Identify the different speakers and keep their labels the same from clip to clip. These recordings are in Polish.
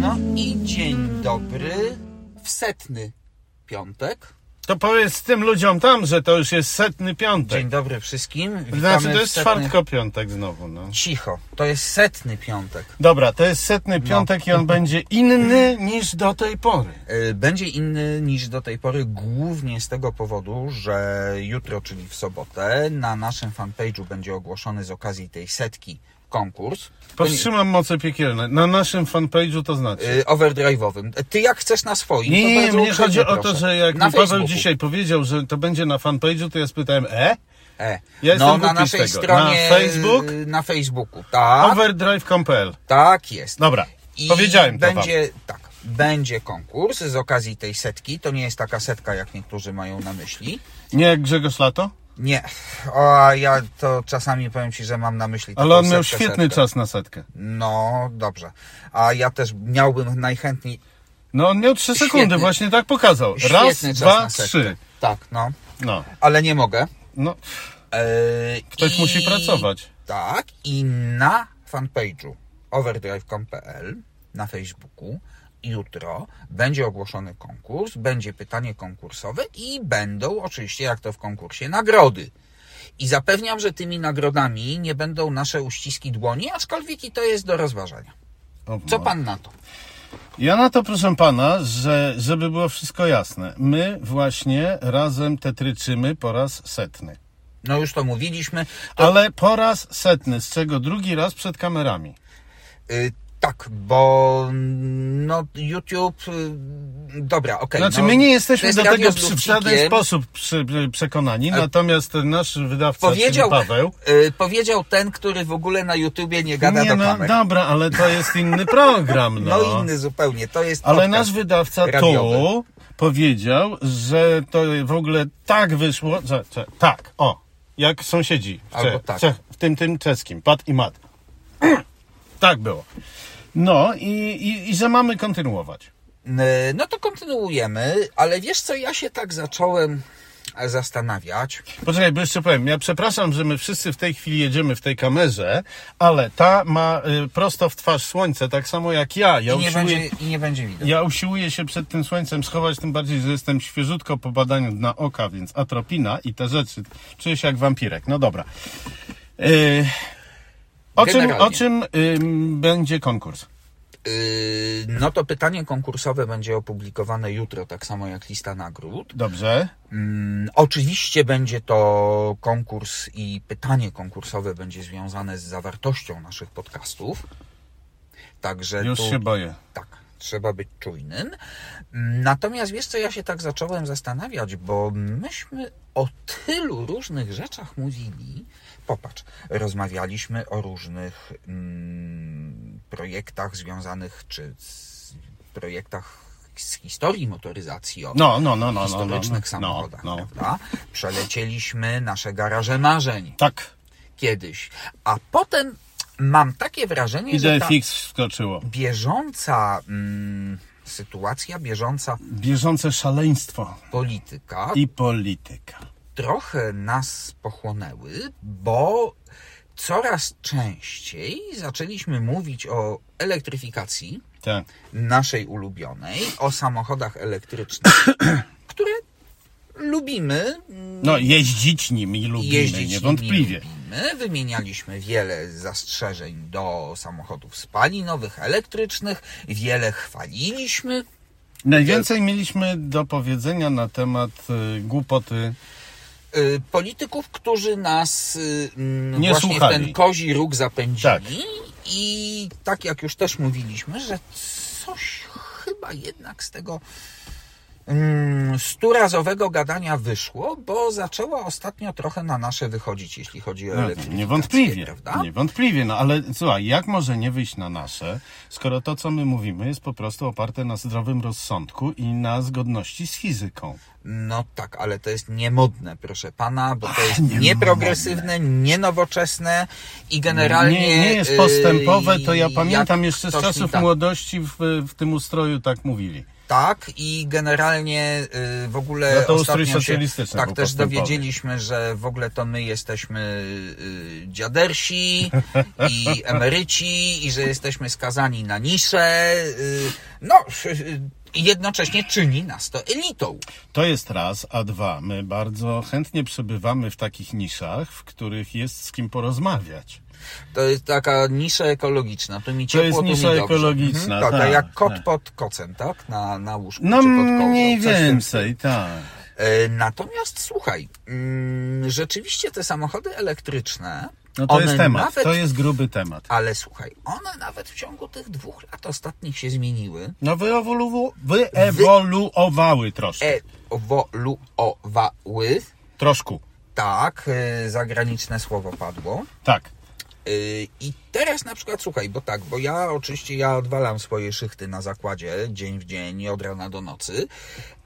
Speaker 1: No i dzień dobry w setny piątek.
Speaker 2: To powiedz tym ludziom tam, że to już jest setny piątek.
Speaker 1: Dzień dobry wszystkim. Witamy
Speaker 2: Znaczy to
Speaker 1: w
Speaker 2: jest
Speaker 1: setny-
Speaker 2: czwartko piątek znowu, no.
Speaker 1: Cicho, to jest setny piątek.
Speaker 2: Dobra, to jest setny
Speaker 1: No.
Speaker 2: piątek i on będzie inny niż do tej pory.
Speaker 1: Y, Będzie inny niż do tej pory, głównie z tego powodu, że jutro, czyli w sobotę, na naszym fanpage'u będzie ogłoszony z okazji tej setki konkurs. e, To nie-
Speaker 2: Powstrzymam moce piekielne. Na naszym fanpage'u to znaczy.
Speaker 1: y, overdrive'owym. Ty jak chcesz na swoim.
Speaker 2: Nie,
Speaker 1: to
Speaker 2: nie, nie,
Speaker 1: bardzo
Speaker 2: mnie
Speaker 1: uprzejmie
Speaker 2: chodzi o to,
Speaker 1: proszę.
Speaker 2: że jak
Speaker 1: na
Speaker 2: mi Paweł
Speaker 1: Facebooku.
Speaker 2: dzisiaj powiedział, że to będzie na fanpage'u, to ja spytałem, e?
Speaker 1: E.
Speaker 2: Ja
Speaker 1: no,
Speaker 2: jestem
Speaker 1: na
Speaker 2: głupi z
Speaker 1: naszej
Speaker 2: tego.
Speaker 1: stronie.
Speaker 2: Na Facebook?
Speaker 1: y, Na Facebooku. Tak,
Speaker 2: Overdrive.pl.
Speaker 1: tak jest.
Speaker 2: Dobra,
Speaker 1: I
Speaker 2: powiedziałem to wam.
Speaker 1: będzie, Tak, będzie konkurs z okazji tej setki. To nie jest taka setka, jak niektórzy mają na myśli.
Speaker 2: Nie jak Grzegorz Lato?
Speaker 1: Nie. O, a ja to czasami powiem Ci, że mam na myśli
Speaker 2: Ale
Speaker 1: taką
Speaker 2: on miał
Speaker 1: setkę,
Speaker 2: świetny
Speaker 1: setkę.
Speaker 2: czas na setkę.
Speaker 1: No, dobrze. A ja też miałbym najchętniej
Speaker 2: No on miał trzy sekundy,
Speaker 1: Świetny-
Speaker 2: właśnie tak pokazał.
Speaker 1: świetny
Speaker 2: Raz,
Speaker 1: czas
Speaker 2: dwa,
Speaker 1: na setkę.
Speaker 2: trzy.
Speaker 1: Tak, no.
Speaker 2: No,
Speaker 1: Ale nie mogę.
Speaker 2: no.
Speaker 1: Eee,
Speaker 2: Ktoś
Speaker 1: i-
Speaker 2: musi pracować.
Speaker 1: Tak, i na fanpage'u overdrive.pl na Facebooku jutro będzie ogłoszony konkurs, będzie pytanie konkursowe i będą oczywiście, jak to w konkursie, nagrody. I zapewniam, że tymi nagrodami nie będą nasze uściski dłoni, aczkolwiek i to jest do rozważania.
Speaker 2: O,
Speaker 1: Co
Speaker 2: no.
Speaker 1: pan na to?
Speaker 2: Ja na to proszę pana, że żeby było wszystko jasne. My właśnie razem tetryczymy po raz setny.
Speaker 1: No już to mówiliśmy.
Speaker 2: Ale po raz setny, z czego drugi raz przed kamerami.
Speaker 1: Y, tak, bo mm, no YouTube... y, Dobra, okej.
Speaker 2: Znaczy,
Speaker 1: no,
Speaker 2: my nie
Speaker 1: to
Speaker 2: jesteśmy
Speaker 1: jest
Speaker 2: do
Speaker 1: radio
Speaker 2: tego
Speaker 1: z
Speaker 2: przy, w żaden
Speaker 1: Lufcikiem.
Speaker 2: sposób przy, e, przekonani, natomiast ten nasz wydawca,
Speaker 1: Powiedział,
Speaker 2: czyli Paweł...
Speaker 1: y, powiedział ten, który w ogóle na YouTubie nie gada
Speaker 2: nie,
Speaker 1: do
Speaker 2: no
Speaker 1: kamer.
Speaker 2: dobra, ale to jest inny program, no.
Speaker 1: no inny zupełnie, to jest
Speaker 2: Ale
Speaker 1: podcast.
Speaker 2: nasz wydawca
Speaker 1: radiowy.
Speaker 2: tu powiedział, że to w ogóle tak wyszło, że, że tak, o, jak sąsiedzi w,
Speaker 1: Albo
Speaker 2: Czech,
Speaker 1: tak.
Speaker 2: w, Czech, w tym tym czeskim, Pat i Mat. tak było. No i, i, i że mamy kontynuować.
Speaker 1: Y, No to kontynuujemy, ale wiesz co, ja się tak zacząłem e, zastanawiać.
Speaker 2: Poczekaj, bo jeszcze powiem, ja przepraszam, że my wszyscy w tej chwili jedziemy w tej kamerze, ale ta ma y, prosto w twarz słońce, tak samo jak ja. Ja
Speaker 1: I nie,
Speaker 2: usiłuję,
Speaker 1: będzie, I nie będzie widać.
Speaker 2: Ja usiłuję się przed tym słońcem schować, tym bardziej, że jestem świeżutko po badaniu dna oka, więc atropina i te rzeczy. Czuję się jak wampirek. No dobra. Yy, o czym,
Speaker 1: Generalnie.
Speaker 2: o czym ym, będzie konkurs?
Speaker 1: Y, No to pytanie konkursowe będzie opublikowane jutro, tak samo jak lista nagród.
Speaker 2: Dobrze.
Speaker 1: Mm, Oczywiście będzie to konkurs i pytanie konkursowe będzie związane z zawartością naszych podcastów. Także
Speaker 2: Już
Speaker 1: tu,
Speaker 2: się boję.
Speaker 1: tak, trzeba być czujnym. Mm, Natomiast wiesz co, ja się tak zacząłem zastanawiać, bo myśmy o tylu różnych rzeczach mówili. Popatrz, rozmawialiśmy o różnych mm, projektach związanych czy z projektach z historii motoryzacji. O
Speaker 2: No, no, no, no, no. no,
Speaker 1: historycznych
Speaker 2: no, no,
Speaker 1: samochodach,
Speaker 2: no.
Speaker 1: prawda? Przelecieliśmy nasze garaże marzeń
Speaker 2: Tak.
Speaker 1: kiedyś, a potem mam takie wrażenie,
Speaker 2: I
Speaker 1: że tak. ta
Speaker 2: DFX wskoczyło.
Speaker 1: bieżąca mm, sytuacja, bieżąca
Speaker 2: Bieżące szaleństwo
Speaker 1: polityka
Speaker 2: i polityka.
Speaker 1: trochę nas pochłonęły, bo coraz częściej zaczęliśmy mówić o elektryfikacji
Speaker 2: Tak.
Speaker 1: naszej ulubionej, o samochodach elektrycznych, które lubimy,
Speaker 2: No, jeździć nimi lubimy,
Speaker 1: jeździć
Speaker 2: niewątpliwie.
Speaker 1: nimi lubimy. Wymienialiśmy wiele zastrzeżeń do samochodów spalinowych, elektrycznych, wiele chwaliliśmy.
Speaker 2: Najwięcej mieliśmy do powiedzenia na temat y, głupoty
Speaker 1: y, Polityków, którzy nas y, mm,
Speaker 2: Nie
Speaker 1: właśnie
Speaker 2: słuchali.
Speaker 1: w ten kozi róg zapędzili.
Speaker 2: Tak.
Speaker 1: I tak jak już też mówiliśmy, że coś chyba jednak z tego mm, sturazowego gadania wyszło, bo zaczęła ostatnio trochę na nasze wychodzić, jeśli chodzi o
Speaker 2: No,
Speaker 1: elektryfikację.
Speaker 2: Niewątpliwie,
Speaker 1: E, prawda?
Speaker 2: niewątpliwie, no ale słuchaj, jak może nie wyjść na nasze, skoro to, co my mówimy, jest po prostu oparte na zdrowym rozsądku i na zgodności z fizyką.
Speaker 1: No tak, ale to jest niemodne, proszę pana, bo to jest
Speaker 2: niemodne. No,
Speaker 1: nieprogresywne, nienowoczesne i generalnie.
Speaker 2: nie, nie jest
Speaker 1: yy,
Speaker 2: postępowe, to ja pamiętam
Speaker 1: jak
Speaker 2: jeszcze z
Speaker 1: ktoś mi
Speaker 2: czasów
Speaker 1: tak-
Speaker 2: młodości w, w tym ustroju tak mówili.
Speaker 1: Tak, i generalnie y, w ogóle.
Speaker 2: No to ustrój
Speaker 1: ostatnio się-
Speaker 2: socjalistyczny
Speaker 1: Tak,
Speaker 2: był
Speaker 1: też
Speaker 2: postępowy.
Speaker 1: dowiedzieliśmy, że w ogóle to my jesteśmy y, dziadersi i emeryci, i że jesteśmy skazani na nisze. Y, no, y, y, jednocześnie czyni nas to elitą.
Speaker 2: To jest raz, a dwa, my bardzo chętnie przebywamy w takich niszach, w których jest z kim porozmawiać.
Speaker 1: To jest taka nisza ekologiczna. Tu mi
Speaker 2: To
Speaker 1: ciepło,
Speaker 2: jest
Speaker 1: tu mi
Speaker 2: nisza
Speaker 1: dobrze.
Speaker 2: ekologiczna,
Speaker 1: Mhm, tak,
Speaker 2: tak,
Speaker 1: jak kot
Speaker 2: tak.
Speaker 1: pod kocem, tak? Na, na łóżku
Speaker 2: No
Speaker 1: czy pod kołdrą.
Speaker 2: mniej
Speaker 1: coś w tym
Speaker 2: więcej, tak.
Speaker 1: E, Natomiast słuchaj, mm, rzeczywiście te samochody elektryczne.
Speaker 2: No to
Speaker 1: one
Speaker 2: jest temat,
Speaker 1: Nawet,
Speaker 2: to jest gruby temat.
Speaker 1: Ale słuchaj, one nawet w ciągu tych dwóch lat ostatnich się zmieniły.
Speaker 2: No wyewolu- wyewoluowały troszkę.
Speaker 1: E, Ewoluowały.
Speaker 2: Troszku,
Speaker 1: Tak, e, zagraniczne słowo padło.
Speaker 2: tak.
Speaker 1: Yy, I teraz na przykład, słuchaj, bo tak, bo ja oczywiście ja odwalam swoje szychty na zakładzie dzień w dzień, od rana do nocy,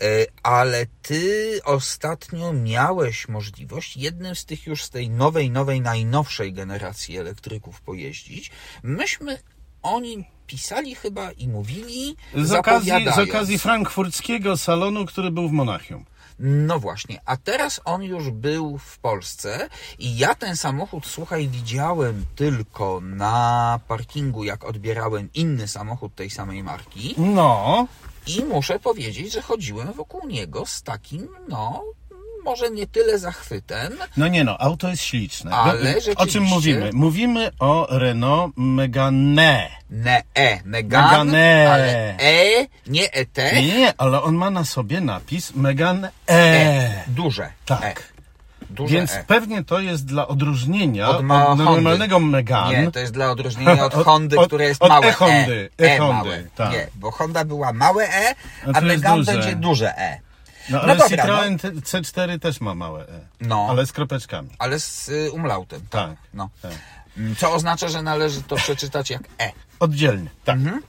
Speaker 1: yy, ale ty ostatnio miałeś możliwość jednym z tych już z tej nowej, nowej, najnowszej generacji elektryków pojeździć. Myśmy o nim pisali chyba i mówili,
Speaker 2: Z okazji, z
Speaker 1: zapowiadając.
Speaker 2: okazji frankfurckiego salonu, który był w Monachium.
Speaker 1: No właśnie, a teraz on już był w Polsce i ja ten samochód, słuchaj, widziałem tylko na parkingu, jak odbierałem inny samochód tej samej marki
Speaker 2: No,
Speaker 1: i muszę powiedzieć, że chodziłem wokół niego z takim, no, może nie tyle zachwytem.
Speaker 2: no nie no, auto jest śliczne.
Speaker 1: Ale
Speaker 2: No, o
Speaker 1: rzeczywiście-
Speaker 2: czym mówimy? Mówimy o Renault Megane.
Speaker 1: Ne E, Megan,
Speaker 2: Megane.
Speaker 1: ale E, nie ET,
Speaker 2: Nie, nie, nie, ale on ma na sobie napis Megane
Speaker 1: E,
Speaker 2: E.
Speaker 1: duże
Speaker 2: Tak.
Speaker 1: E, duże
Speaker 2: Więc
Speaker 1: E.
Speaker 2: pewnie to jest dla odróżnienia
Speaker 1: Od
Speaker 2: od,
Speaker 1: ma- Hondy.
Speaker 2: normalnego Megan.
Speaker 1: Nie, to jest dla odróżnienia od
Speaker 2: Od-
Speaker 1: Hondy,
Speaker 2: od-
Speaker 1: które jest
Speaker 2: od
Speaker 1: małe
Speaker 2: e-Hondy,
Speaker 1: E, e
Speaker 2: e-Hondy,
Speaker 1: małe.
Speaker 2: tak.
Speaker 1: Nie, bo Honda była małe E,
Speaker 2: A
Speaker 1: a
Speaker 2: to jest
Speaker 1: Megane
Speaker 2: duże.
Speaker 1: będzie duże E.
Speaker 2: No
Speaker 1: No
Speaker 2: ale
Speaker 1: dobra,
Speaker 2: Citroen T- C4 też ma małe E.
Speaker 1: No.
Speaker 2: Ale z kropeczkami.
Speaker 1: Ale z y, umlautem.
Speaker 2: Tak.
Speaker 1: No.
Speaker 2: tak.
Speaker 1: Mm, Co oznacza, że należy to przeczytać jak E.
Speaker 2: Oddzielnie. Tak.
Speaker 1: Mhm.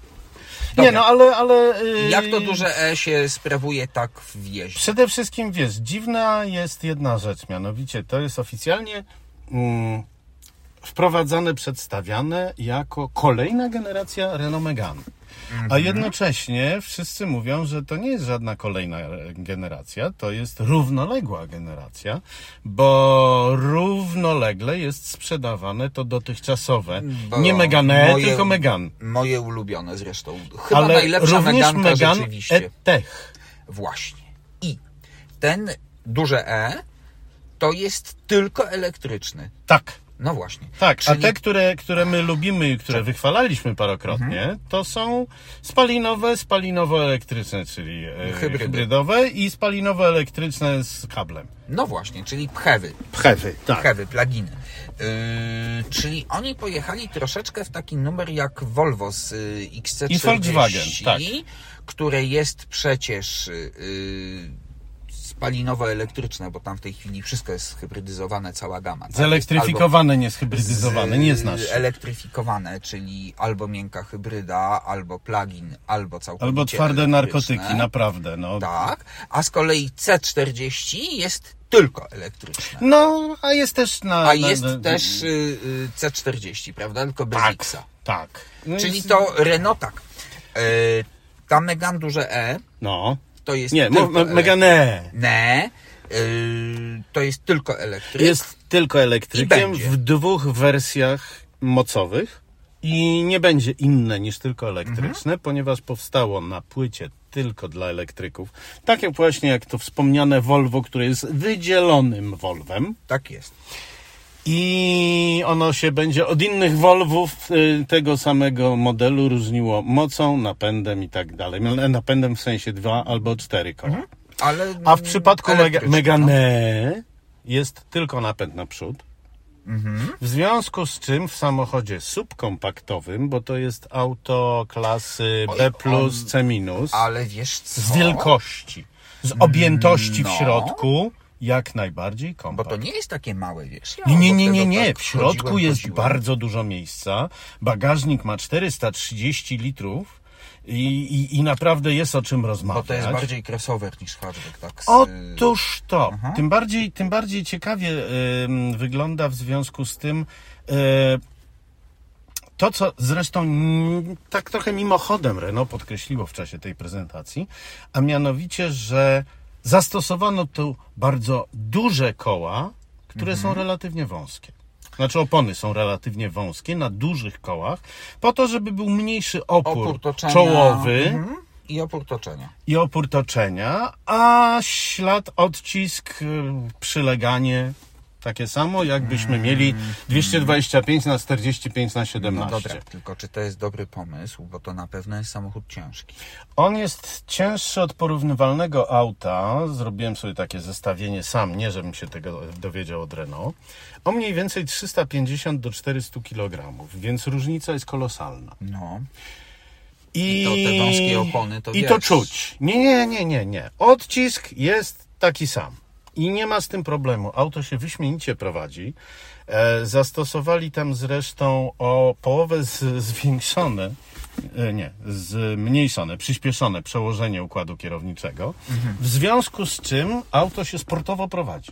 Speaker 1: Dobra.
Speaker 2: Nie no, ale... ale yy,
Speaker 1: Jak to duże E się sprawuje tak w jeździe?
Speaker 2: Przede wszystkim, wiesz, dziwna jest jedna rzecz, mianowicie to jest oficjalnie mm, wprowadzane, przedstawiane jako kolejna generacja Renault Megane. A
Speaker 1: Mhm.
Speaker 2: jednocześnie wszyscy mówią, że to nie jest żadna kolejna e, generacja, to jest równoległa generacja, bo równolegle jest sprzedawane to dotychczasowe,
Speaker 1: Bo
Speaker 2: nie Megane, E,
Speaker 1: moje-
Speaker 2: tylko Megan,
Speaker 1: Moje ulubione zresztą. Chyba
Speaker 2: ale
Speaker 1: najlepsza
Speaker 2: również e-
Speaker 1: Meganka
Speaker 2: Megan
Speaker 1: rzeczywiście.
Speaker 2: E-Tech.
Speaker 1: Właśnie. I ten duże E to jest tylko elektryczny.
Speaker 2: Tak.
Speaker 1: No właśnie.
Speaker 2: Tak,
Speaker 1: Czyli Tak.
Speaker 2: a te, które, które my lubimy i które wychwalaliśmy parokrotnie,
Speaker 1: Mhm.
Speaker 2: to są spalinowe, spalinowo-elektryczne, czyli e,
Speaker 1: Hybrydy.
Speaker 2: hybrydowe i spalinowo-elektryczne z kablem.
Speaker 1: No właśnie, czyli pchewy.
Speaker 2: Pchewy, tak.
Speaker 1: Heavy, pluginy. Yy, czyli oni pojechali troszeczkę w taki numer jak Volvo z y, XC40,
Speaker 2: I Volkswagen, tak.
Speaker 1: które jest przecież y, y, spalinowo-elektryczne, bo tam w tej chwili wszystko jest hybrydyzowane, cała gama. tak?
Speaker 2: Zelektryfikowane, nie
Speaker 1: Jest albo
Speaker 2: zhybrydyzowane, nie znasz.
Speaker 1: z-
Speaker 2: się.
Speaker 1: Elektryfikowane, czyli albo miękka hybryda, albo plug-in, albo całkowicie
Speaker 2: Albo twarde
Speaker 1: elektryczne.
Speaker 2: narkotyki, naprawdę, no.
Speaker 1: Tak, a z kolei C40 jest tylko elektryczne.
Speaker 2: No, a jest też na...
Speaker 1: A
Speaker 2: na,
Speaker 1: jest
Speaker 2: na,
Speaker 1: też y, y, C40, prawda? Tylko bez
Speaker 2: Tak,
Speaker 1: Xa.
Speaker 2: tak. No
Speaker 1: Czyli
Speaker 2: jest-
Speaker 1: to Renault tak. Y, ta Megan duże E
Speaker 2: No.
Speaker 1: to jest
Speaker 2: Nie,
Speaker 1: tylko e-
Speaker 2: mo- me-
Speaker 1: elek-
Speaker 2: Megane
Speaker 1: Ne, y, to jest tylko elektryk.
Speaker 2: jest tylko
Speaker 1: I
Speaker 2: elektrykiem
Speaker 1: będzie.
Speaker 2: w dwóch wersjach mocowych i nie będzie inne niż tylko elektryczne,
Speaker 1: Mhm.
Speaker 2: ponieważ powstało na płycie tylko dla elektryków. Tak jak właśnie jak to wspomniane Volvo, które jest wydzielonym Volvem
Speaker 1: Tak jest.
Speaker 2: i ono się będzie od innych Volvów y, tego samego modelu różniło mocą, napędem i tak dalej. Napędem w sensie dwa albo cztery koła.
Speaker 1: Ale,
Speaker 2: A w przypadku Mega,
Speaker 1: elektryczny, no.
Speaker 2: Megane jest tylko napęd naprzód. W związku z czym w samochodzie subkompaktowym, bo to jest auto klasy B, C, minus,
Speaker 1: Ale wiesz co?
Speaker 2: z wielkości, z objętości
Speaker 1: No.
Speaker 2: w środku, jak najbardziej
Speaker 1: Bo to
Speaker 2: kompakt.
Speaker 1: nie jest takie małe, wiesz? Ja
Speaker 2: Nie, nie, nie,
Speaker 1: obok
Speaker 2: nie,
Speaker 1: tego
Speaker 2: nie.
Speaker 1: tak
Speaker 2: W środku
Speaker 1: chodziłem,
Speaker 2: jest
Speaker 1: chodziłem.
Speaker 2: bardzo dużo miejsca. Bagażnik ma 430 litrów i, i, i naprawdę jest o czym rozmawiać.
Speaker 1: Bo to jest bardziej crossover niż hardback, tak? z-
Speaker 2: Otóż to. Tym bardziej, tym bardziej ciekawie em, wygląda w związku z tym e, y, To, co zresztą mm, tak trochę mimochodem Renault podkreśliło w czasie tej prezentacji, a mianowicie, że zastosowano tu bardzo duże koła, które
Speaker 1: Mhm.
Speaker 2: są relatywnie wąskie. Znaczy opony są relatywnie wąskie na dużych kołach, po to, żeby był mniejszy opór,
Speaker 1: Opór toczenia.
Speaker 2: czołowy
Speaker 1: Mhm. I opór toczenia.
Speaker 2: i opór toczenia, a ślad, odcisk, y, przyleganie takie samo, jakbyśmy mieli 225 na 45 na 17.
Speaker 1: Dobra, No tak, tylko czy to jest dobry pomysł, bo to na pewno jest samochód ciężki.
Speaker 2: On jest cięższy od porównywalnego auta. Zrobiłem sobie takie zestawienie sam, nie żebym się tego dowiedział od Renault. O mniej więcej 350 do 400 kg, więc różnica jest kolosalna.
Speaker 1: No,
Speaker 2: I,
Speaker 1: I to te wąskie opony, to
Speaker 2: I
Speaker 1: wiesz.
Speaker 2: to czuć. Nie, nie, nie, nie, nie. Odcisk jest taki sam. I nie ma z tym problemu. Auto się wyśmienicie prowadzi. E, zastosowali tam zresztą o połowę z, zwiększone, e, nie, zmniejszone, przyspieszone przełożenie układu kierowniczego.
Speaker 1: Mhm.
Speaker 2: W związku z czym auto się sportowo prowadzi.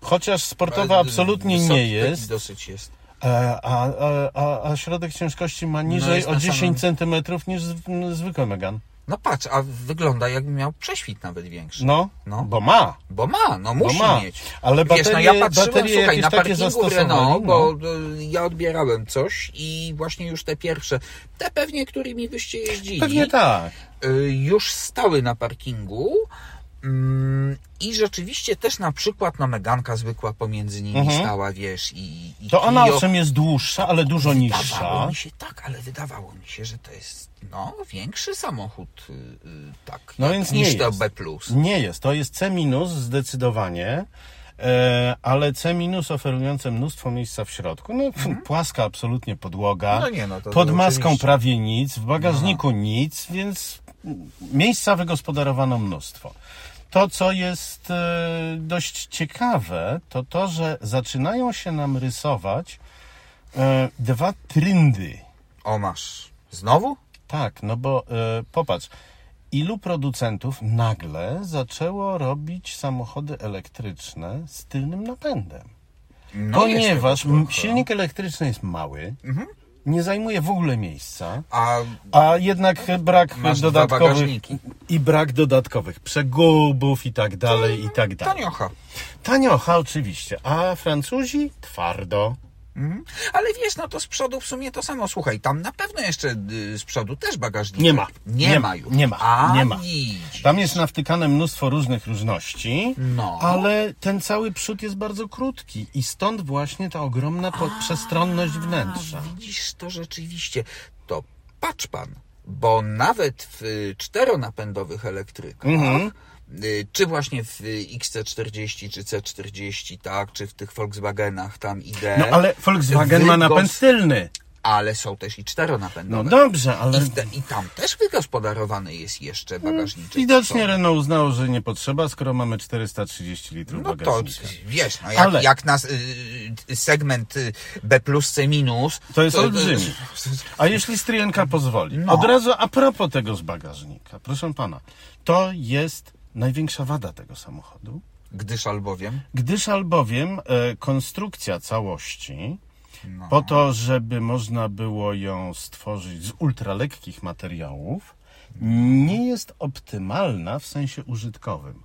Speaker 2: Chociaż sportowa
Speaker 1: Ale
Speaker 2: absolutnie
Speaker 1: wysoki
Speaker 2: nie
Speaker 1: taki
Speaker 2: jest.
Speaker 1: Dosyć jest.
Speaker 2: E, A, a, a, a środek ciężkości ma niżej
Speaker 1: No, jest
Speaker 2: o
Speaker 1: na
Speaker 2: 10 centymetrów niż zw- n- zwykły Megan.
Speaker 1: No patrz, a wygląda jakby miał prześwit nawet większy.
Speaker 2: No,
Speaker 1: No.
Speaker 2: bo ma.
Speaker 1: Bo ma, no musi
Speaker 2: Bo ma.
Speaker 1: mieć.
Speaker 2: Ale
Speaker 1: Wiesz, no
Speaker 2: baterie-
Speaker 1: ja patrzyłem,
Speaker 2: baterie
Speaker 1: słuchaj,
Speaker 2: jakieś
Speaker 1: na
Speaker 2: takie
Speaker 1: parkingu
Speaker 2: zastosowali,
Speaker 1: Renault,
Speaker 2: no.
Speaker 1: bo y, ja odbierałem coś i właśnie już te pierwsze, te pewnie, którymi wyście jeździli,
Speaker 2: Pewnie tak.
Speaker 1: y, już stały na parkingu mm, i rzeczywiście też na przykład no meganka zwykła pomiędzy nimi
Speaker 2: Mhm.
Speaker 1: stała, wiesz, i, i
Speaker 2: To ona
Speaker 1: Clio.
Speaker 2: owszem jest dłuższa, ale dużo
Speaker 1: Wydawało
Speaker 2: niższa.
Speaker 1: mi się tak, ale wydawało mi się, że to jest no, większy samochód y, y, tak,
Speaker 2: No
Speaker 1: jak-
Speaker 2: więc
Speaker 1: niż
Speaker 2: nie
Speaker 1: to
Speaker 2: jest.
Speaker 1: B+. Plus.
Speaker 2: Nie jest. To jest C- zdecydowanie. E, ale C- oferujące mnóstwo miejsca w środku. No, Płaska absolutnie podłoga.
Speaker 1: Mhm. No nie, no to-
Speaker 2: pod
Speaker 1: to
Speaker 2: maską
Speaker 1: oczywiście. No,
Speaker 2: prawie nic, w bagażniku nic, więc mm, miejsca wygospodarowano mnóstwo. To, co jest e, dość ciekawe, to to, że zaczynają się nam rysować e, dwa tryndy.
Speaker 1: O masz. Znowu?
Speaker 2: Tak, no bo e, popatrz, ilu producentów nagle zaczęło robić samochody elektryczne z tylnym napędem?
Speaker 1: No Mhm.
Speaker 2: ponieważ
Speaker 1: jest tego
Speaker 2: m-
Speaker 1: trochę.
Speaker 2: silnik elektryczny jest mały, nie zajmuje w ogóle miejsca.
Speaker 1: A
Speaker 2: A jednak brak
Speaker 1: Masz dwa
Speaker 2: dodatkowych
Speaker 1: bagażniki.
Speaker 2: i brak dodatkowych przegubów i tak
Speaker 1: No,
Speaker 2: dalej i tak dalej.
Speaker 1: taniocha.
Speaker 2: Taniocha oczywiście, a Francuzi twardo.
Speaker 1: Mhm. Ale wiesz, no to z przodu w sumie to samo. Słuchaj, tam na pewno jeszcze y, z przodu też bagażnik.
Speaker 2: Nie ma.
Speaker 1: Nie,
Speaker 2: Nie
Speaker 1: ma
Speaker 2: ma,
Speaker 1: już.
Speaker 2: nie ma,
Speaker 1: A,
Speaker 2: nie ma.
Speaker 1: widzisz.
Speaker 2: Tam jest nawtykane mnóstwo różnych różności,
Speaker 1: No.
Speaker 2: ale ten cały przód jest bardzo krótki i stąd właśnie ta ogromna po- przestronność wnętrza.
Speaker 1: Widzisz to rzeczywiście. To patrz pan, bo nawet w y, czteronapędowych elektrykach,
Speaker 2: Mhm.
Speaker 1: y, czy właśnie w y, XC40, czy C40, tak, czy w tych Volkswagenach tam idę,
Speaker 2: No ale Volkswagen ma napęd
Speaker 1: wygos-
Speaker 2: tylny.
Speaker 1: ale są też i czteronapędowe.
Speaker 2: No dobrze, ale
Speaker 1: I, te, I tam też wygospodarowany jest jeszcze bagażniczek.
Speaker 2: Hmm, widocznie
Speaker 1: co-
Speaker 2: Renault uznało, że nie potrzeba, skoro mamy 430 litrów
Speaker 1: No to
Speaker 2: bagażnika.
Speaker 1: wiesz, no jak,
Speaker 2: Ale-
Speaker 1: jak nas y, y, segment y, B plus C minus.
Speaker 2: To jest olbrzymi. A jeśli stryjenka pozwoli? Od razu a propos tego z bagażnika. Proszę pana, to jest największa wada tego samochodu,
Speaker 1: Gdyż albowiem.
Speaker 2: gdyż albowiem e, konstrukcja całości,
Speaker 1: No.
Speaker 2: po to, żeby można było ją stworzyć z ultralekkich materiałów, nie jest optymalna w sensie użytkowym.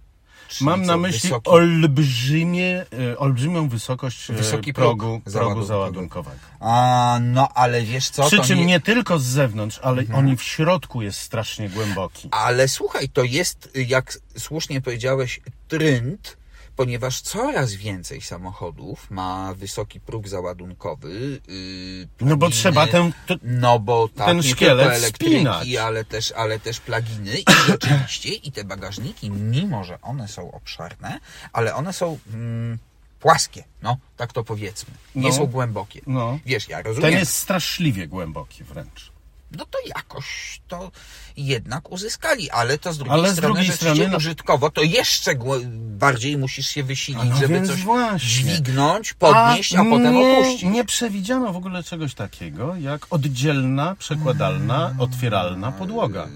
Speaker 1: Czyli
Speaker 2: Mam na
Speaker 1: co,
Speaker 2: myśli
Speaker 1: wysoki-
Speaker 2: olbrzymie, e, olbrzymią wysokość e,
Speaker 1: Wysoki próg
Speaker 2: progu, progu
Speaker 1: załadunkowego.
Speaker 2: załadunkowego.
Speaker 1: A, no ale wiesz co.
Speaker 2: Przy
Speaker 1: to Mhm.
Speaker 2: czym nie... tylko z zewnątrz, ale on i w środku jest strasznie głęboki.
Speaker 1: Ale słuchaj, to jest, y, jak słusznie powiedziałeś, trend, ponieważ coraz więcej samochodów ma wysoki próg załadunkowy. y,
Speaker 2: No bo
Speaker 1: pluginy,
Speaker 2: trzeba ten. To,
Speaker 1: No bo tak,
Speaker 2: Ten
Speaker 1: nie
Speaker 2: szkielet
Speaker 1: tylko elektryki,
Speaker 2: wspinać.
Speaker 1: ale też, ale też pluginy i rzeczywiście i te bagażniki, mimo że one są obszerne, ale one są mm, płaskie, no tak to powiedzmy. Nie
Speaker 2: No.
Speaker 1: są głębokie.
Speaker 2: no,
Speaker 1: Wiesz, ja rozumiem.
Speaker 2: ten jest straszliwie głęboki wręcz.
Speaker 1: No to jakoś to jednak uzyskali, ale to z drugiej
Speaker 2: Ale z
Speaker 1: strony,
Speaker 2: drugiej
Speaker 1: rzeczywiście
Speaker 2: strony, no-
Speaker 1: użytkowo, to jeszcze głę- bardziej musisz się wysilić,
Speaker 2: No
Speaker 1: żeby
Speaker 2: więc
Speaker 1: coś
Speaker 2: właśnie.
Speaker 1: dźwignąć, podnieść, a, potem
Speaker 2: nie,
Speaker 1: opuścić.
Speaker 2: Nie przewidziano w ogóle czegoś takiego jak oddzielna, przekładalna, otwieralna podłoga.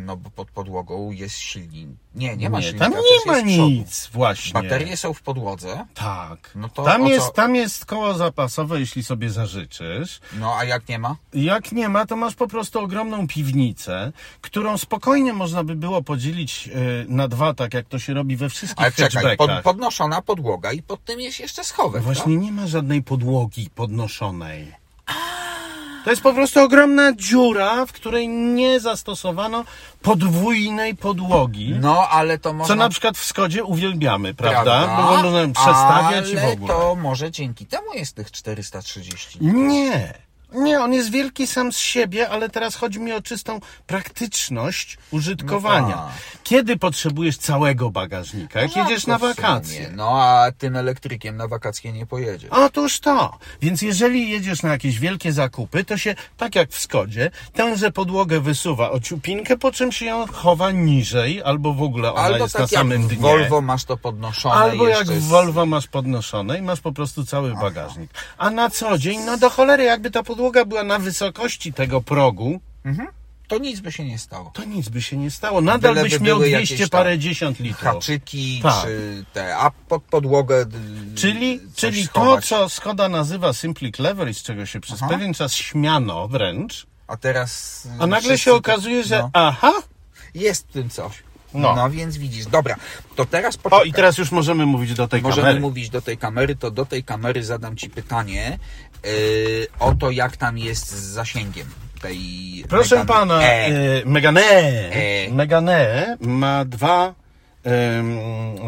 Speaker 1: no bo pod podłogą jest silnik. Nie, nie ma
Speaker 2: nie,
Speaker 1: silnika,
Speaker 2: tam
Speaker 1: też jest
Speaker 2: nie ma
Speaker 1: w przodu.
Speaker 2: nic właśnie.
Speaker 1: Baterie są w podłodze,
Speaker 2: Tak.
Speaker 1: No to o
Speaker 2: tam,
Speaker 1: co-
Speaker 2: jest, tam jest koło zapasowe, jeśli sobie zażyczysz.
Speaker 1: no a jak nie ma?
Speaker 2: Jak nie ma, to masz po prostu ogromną piwnicę, którą spokojnie można by było podzielić y, na dwa, tak jak to się robi we wszystkich
Speaker 1: Ale czekaj, pod,
Speaker 2: hatchbackach.
Speaker 1: podnoszona podłoga i pod tym jest jeszcze schowek.
Speaker 2: E, Właśnie nie ma żadnej podłogi podnoszonej. To jest po prostu ogromna dziura, w której nie zastosowano podwójnej podłogi.
Speaker 1: No, no ale to
Speaker 2: Co
Speaker 1: można...
Speaker 2: na przykład w Skodzie uwielbiamy, prawda? Bo można ją przestawiać i w
Speaker 1: Ale
Speaker 2: ogóle.
Speaker 1: to może dzięki temu jest tych 430.
Speaker 2: Nie. Nie, on jest wielki sam z siebie, ale teraz chodzi mi o czystą praktyczność użytkowania.
Speaker 1: No tak. No
Speaker 2: Kiedy potrzebujesz całego bagażnika? Jak jedziesz na
Speaker 1: Rzadko w
Speaker 2: wakacje?
Speaker 1: sumie. No a tym elektrykiem na wakacje nie pojedziesz.
Speaker 2: Otóż to. Więc jeżeli jedziesz na jakieś wielkie zakupy, to się, tak jak w Skodzie, tęże podłogę wysuwa o ciupinkę, po czym się ją chowa niżej, albo w ogóle ona
Speaker 1: Albo
Speaker 2: no jest
Speaker 1: tak
Speaker 2: na samym
Speaker 1: jak w
Speaker 2: dnie.
Speaker 1: Volvo masz to podnoszone
Speaker 2: Albo jak
Speaker 1: jeszcze
Speaker 2: w
Speaker 1: z-
Speaker 2: Volvo masz podnoszone i masz po prostu cały bagażnik. A na co dzień, no do cholery, jakby ta podłoga była na wysokości tego progu,
Speaker 1: To nic by się nie stało.
Speaker 2: to nic by się nie stało. Nadal
Speaker 1: Byleby
Speaker 2: byś miał
Speaker 1: były jakieś
Speaker 2: 200
Speaker 1: tam
Speaker 2: parę dziesiąt litrów.
Speaker 1: Haczyki
Speaker 2: Tak.
Speaker 1: czy te, a pod podłogę d-
Speaker 2: Czyli,
Speaker 1: coś
Speaker 2: czyli to,
Speaker 1: schować.
Speaker 2: co Skoda nazywa Simply Clever i z czego się przez
Speaker 1: Aha.
Speaker 2: pewien czas śmiano wręcz,
Speaker 1: A teraz... y,
Speaker 2: a nagle
Speaker 1: wszyscy
Speaker 2: się
Speaker 1: to-
Speaker 2: okazuje, że
Speaker 1: No,
Speaker 2: aha,
Speaker 1: jest w tym coś. No.
Speaker 2: No.
Speaker 1: więc widzisz. Dobra, to teraz
Speaker 2: o
Speaker 1: poczekaj.
Speaker 2: i teraz już możemy mówić do tej
Speaker 1: Możemy
Speaker 2: kamery.
Speaker 1: mówić do tej kamery, to do tej kamery zadam Ci pytanie y, o to, jak tam jest z zasięgiem tej...
Speaker 2: Proszę
Speaker 1: Megane
Speaker 2: pana,
Speaker 1: E.
Speaker 2: e. Megane,
Speaker 1: E.
Speaker 2: Megane ma dwa, em,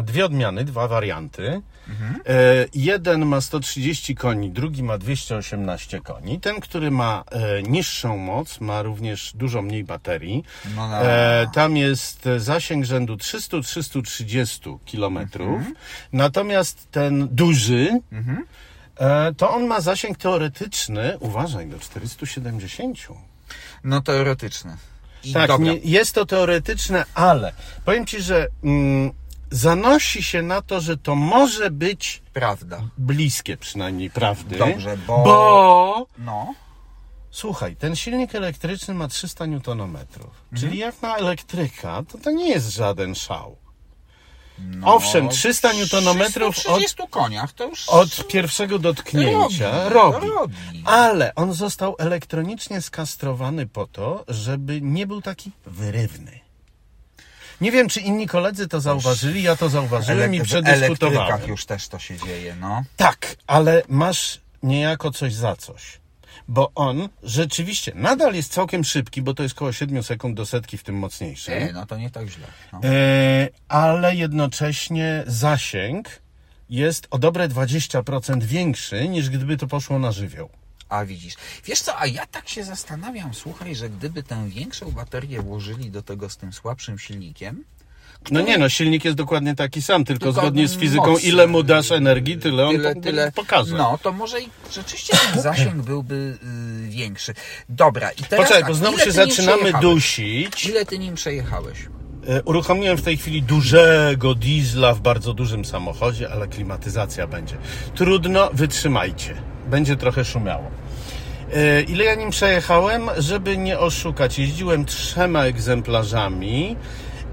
Speaker 2: dwie odmiany, dwa warianty.
Speaker 1: Mhm.
Speaker 2: E, jeden ma 130 koni, drugi ma 218 koni. Ten, który ma e, niższą moc, ma również dużo mniej baterii.
Speaker 1: No na-
Speaker 2: E, tam jest zasięg rzędu 300-330 kilometrów.
Speaker 1: Mhm.
Speaker 2: Natomiast ten duży, e, to on ma zasięg teoretyczny, uważaj, do 470.
Speaker 1: No teoretyczne. I
Speaker 2: Tak,
Speaker 1: dobra.
Speaker 2: nie, jest to teoretyczne, ale powiem ci, że mm, zanosi się na to, że to może być
Speaker 1: Prawda.
Speaker 2: bliskie przynajmniej prawdy.
Speaker 1: Dobrze, bo-
Speaker 2: bo
Speaker 1: No.
Speaker 2: słuchaj, ten silnik elektryczny ma 300 Nm.
Speaker 1: Mhm.
Speaker 2: Czyli jak na elektryka, to to nie jest żaden szał.
Speaker 1: No,
Speaker 2: Owszem, 300 Nm
Speaker 1: od...
Speaker 2: od,
Speaker 1: 30 koniach to już...
Speaker 2: od pierwszego dotknięcia
Speaker 1: Robi,
Speaker 2: robi.
Speaker 1: robi.
Speaker 2: Ale on został elektronicznie skastrowany po to, żeby nie był taki wyrywny. Nie wiem, czy inni koledzy to zauważyli, ja to zauważyłem i
Speaker 1: Elek- W
Speaker 2: przedyskutowałem.
Speaker 1: elektrykach już też to się dzieje, no.
Speaker 2: Tak, ale masz niejako coś za coś. Bo on rzeczywiście nadal jest całkiem szybki, bo to jest koło 7 sekund do setki w tym mocniejszym.
Speaker 1: E, no to nie tak źle. No.
Speaker 2: E, ale jednocześnie zasięg jest o dobre 20% większy niż gdyby to poszło na żywioł.
Speaker 1: A widzisz. Wiesz co, a ja tak się zastanawiam, słuchaj, że gdyby tę większą baterię włożyli do tego z tym słabszym silnikiem,
Speaker 2: No nie, no silnik jest dokładnie taki sam, tylko,
Speaker 1: Tylko
Speaker 2: zgodnie z fizyką,
Speaker 1: mocny.
Speaker 2: ile mu dasz energii, tyle on
Speaker 1: tyle,
Speaker 2: po-
Speaker 1: tyle
Speaker 2: pokaże.
Speaker 1: No, to może i rzeczywiście ten zasięg byłby y, większy. Dobra, i teraz
Speaker 2: Poczekaj,
Speaker 1: tak,
Speaker 2: bo znowu
Speaker 1: ile
Speaker 2: się
Speaker 1: ty nim
Speaker 2: zaczynamy
Speaker 1: przejechałeś?
Speaker 2: dusić.
Speaker 1: Ile ty nim przejechałeś?
Speaker 2: E, Uruchomiłem w tej chwili dużego diesla w bardzo dużym samochodzie, ale klimatyzacja będzie. Trudno, wytrzymajcie. Będzie trochę szumiało. E, Ile ja nim przejechałem, żeby nie oszukać? Jeździłem trzema egzemplarzami.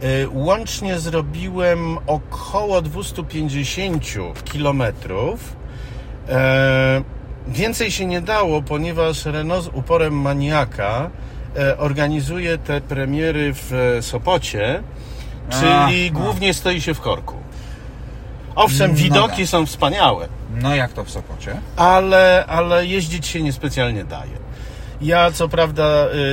Speaker 2: E, Łącznie zrobiłem około 250 kilometrów. E, więcej się nie dało, ponieważ Renault z uporem maniaka e, organizuje te premiery w e, Sopocie, czyli
Speaker 1: Ach, no.
Speaker 2: głównie stoi się w korku. Owszem,
Speaker 1: No
Speaker 2: widoki
Speaker 1: tak.
Speaker 2: są wspaniałe,
Speaker 1: No jak to w Sopocie?
Speaker 2: ale, ale jeździć się niespecjalnie daje. Ja co prawda